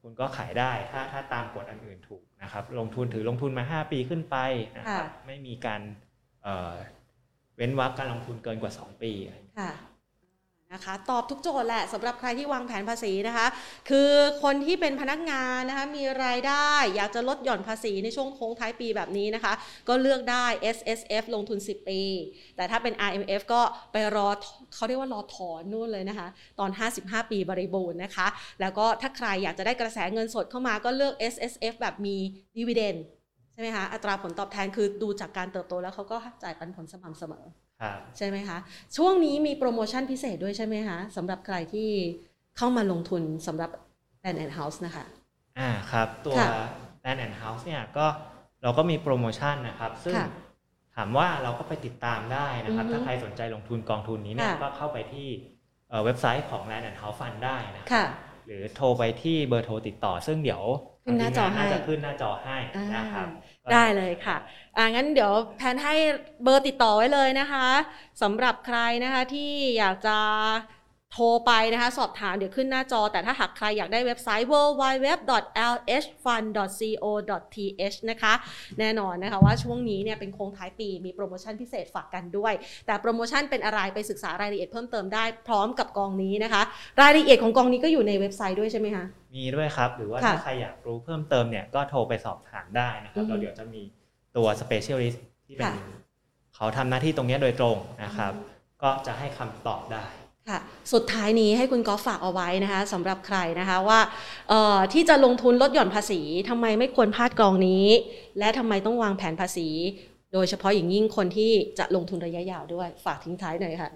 S2: คุณก็ขายได้ถ้าถ้าตามกฎอันอื่นถูกนะครับ ลงทุนถือลงทุนมา 5 ปีขึ้นไปนะครับ
S1: ค่ะ
S2: ไม่มีการเอ่อเว้นวรรคการลงทุนเกินกว่า 2 ปีอะไรอย่างเงี้ย
S1: ค่ะนะคะตอบทุกโจทย์แหละสำหรับใครที่วางแผนภาษีนะคะ คือคนที่เป็นพนักงานนะคะมีรายได้อยากจะลดหย่อนภาษีในช่วงโค้งท้ายปีแบบนี้นะคะ ก็เลือกได้ S S F ลงทุน 10 ปี แต่ถ้าเป็น R M F ก็ไปรอเขาเรียกว่ารอถอนนู่นเลยนะคะ ตอน 55 ปีบริบูรณ์นะคะ แล้วก็ถ้าใครอยากจะได้กระแสเงินสดเข้ามาก็เลือก S S F แบบมีดีเวเดนใช่ไหมคะอัตราผลตอบแทนคือดูจากการเติบโตแล้วเขาก็จ่ายปันผลสม่ำเสมอ
S2: ครับ
S1: ใช่ไหมคะ ช่วงนี้มีโปรโมชั่นพิเศษด้วยใช่ไหมคะสำหรับใครที่เข้ามาลงทุนสำหรับ Land and House นะคะ
S2: อ่าครับ ตัว
S1: ค่ะ
S2: Land and House เนี่ยก็เราก็มีโปรโมชั่นนะครับ ซึ่ง
S1: ค่ะ
S2: ถามว่าเราก็ไปติดตามได้นะครับ
S1: อือฮึ
S2: ถ้าใครสนใจลงทุนกองทุนนี้เนี่ย
S1: ค่ะ
S2: ก็เข้าไปที่เอ่อเว็บไซต์ของ Land and House Fund ได้นะครับ
S1: ค่ะ
S2: หรือโทรไปที่เบอร์โทรติดต่อ ซึ่งเดี๋ยว
S1: ขึ้นหน้าจอให้
S2: น่าจะขึ้นหน้าจอให้นะครับ
S1: อ่าได้เลยค่ะ อ่างั้นเดี๋ยวแพนให้เบอร์ติดต่อไว้เลยนะคะสำหรับใครนะคะที่อยากจะโทรไปนะคะ สอบถามเดี๋ยวขึ้นหน้าจอ แต่ถ้าหากใครอยากได้เว็บไซต์ www.lhfund.co.th นะคะ แน่นอนนะคะว่าช่วงนี้เนี่ยเป็นโค้งท้ายปีมีโปรโมชั่นพิเศษฝากกันด้วย แต่โปรโมชั่นเป็นอะไรไปศึกษารายละเอียดเพิ่มเติมได้พร้อมกับกองนี้นะคะ รายละเอียดของกองนี้ก็อยู่ในเว็บไซต์ด้วยใช่ไหมคะ
S2: มีด้วยครับ หรือว่า
S1: ค่ะ
S2: ถ้าใครอยากรู้เพิ่มเติมเนี่ยก็โทรไปสอบถามได้นะครั
S1: อื
S2: บ
S1: อฮึ
S2: เราเดี๋ยวจะมีตัว specialist ที่เป็น
S1: ค่ะ
S2: เขาทำหน้าที่ตรงเนี้ยโดยตรงนะครับ ก็จะให้คำตอบได้
S1: ค่ะสุดท้ายนี้ให้คุณกอฟฝากเอาไว้นะคะสำหรับใครนะคะว่าเอ่อที่จะลงทุนลดหย่อนภาษีทำไมไม่ควรพลาดกองนี้ และทำไมต้องวางแผนภาษี โดยเฉพาะอย่างยิ่งคนที่จะลงทุนระยะยาวด้วยฝากทิ้งท้ายหน่อยค่ะ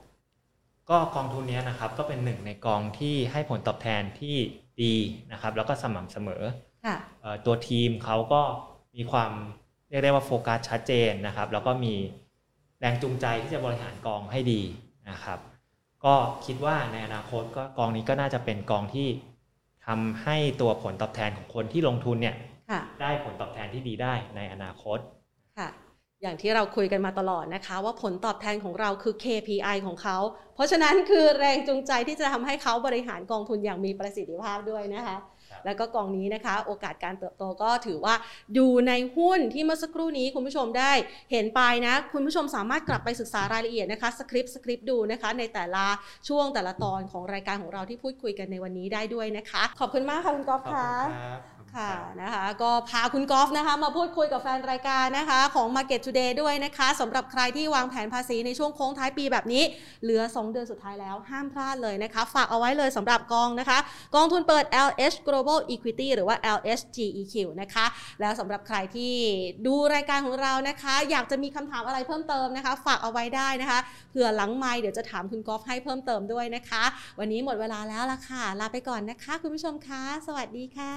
S2: ก็กองทุนเนี้ยนะครับก็เป็นหนึ่งในกองที่ให้ผลตอบแทนที่ดีนะครับ แล้วก็สม่ำเสมอ
S1: ค่ะ
S2: เอ่อตัวทีมเขาก็มีความเรียกได้ว่าโฟกัสชัดเจนนะครับ แล้วก็มีแรงจูงใจที่จะบริหารกองให้ดีนะครับ ก็คิดว่าในอนาคตก็กองนี้ก็น่าจะเป็นกองที่ทำให้ตัวผลตอบแทนของคนที่ลงทุนเนี่ย
S1: ค่ะ
S2: ได้ผลตอบแทนที่ดีได้ในอนาคต
S1: ค่ะ อย่างที่เราคุยกันมาตลอดนะคะ ว่าผลตอบแทนของเราคือ KPI ของเขา เพราะฉะนั้นคือแรงจูงใจที่จะทำให้เขาบริหารกองทุนอย่างมีประสิทธิภาพด้วยนะคะ
S2: ครับ
S1: แล้วก็กองนี้นะคะ โอกาสการเติบโตก็ถือว่าอยู่ในหุ้นที่เมื่อสักครู่นี้คุณผู้ชมได้เห็นไปนะ คุณผู้ชมสามารถกลับไปศึกษารายละเอียดนะคะสคริปต์สคริปต์ดูนะคะ ในแต่ละช่วงแต่ละตอนของรายการของเราที่พูดคุยกันในวันนี้ได้ด้วยนะคะ ขอบคุณมากค่ะคุณก๊อฟ
S2: ขอบ
S1: ค่ะ
S2: คุณครับ
S1: ค่ะนะคะก็พาคุณกอล์ฟนะคะมาพูดคุยกับแฟนรายการนะคะของ Market Today ด้วยนะคะสำหรับใครที่วางแผนภาษีในช่วงโค้งท้ายปีแบบนี้ เหลือ 2 เดือนสุดท้ายแล้วห้ามพลาดเลยนะคะ ฝากเอาไว้เลยสำหรับกองนะคะ กองทุนเปิด LH Global Equity หรือว่า LHGEQ นะคะ แล้วสำหรับใครที่ดูรายการของเรานะคะ อยากจะมีคำถามอะไรเพิ่มเติมนะคะ ฝากเอาไว้ได้นะคะเผื่อหลังไมค์เดี๋ยวจะถามคุณกอล์ฟให้เพิ่มเติมด้วยนะคะ วันนี้หมดเวลาแล้วล่ะค่ะ ลาไปก่อนนะคะ คุณผู้ชมคะ สวัสดีค่ะ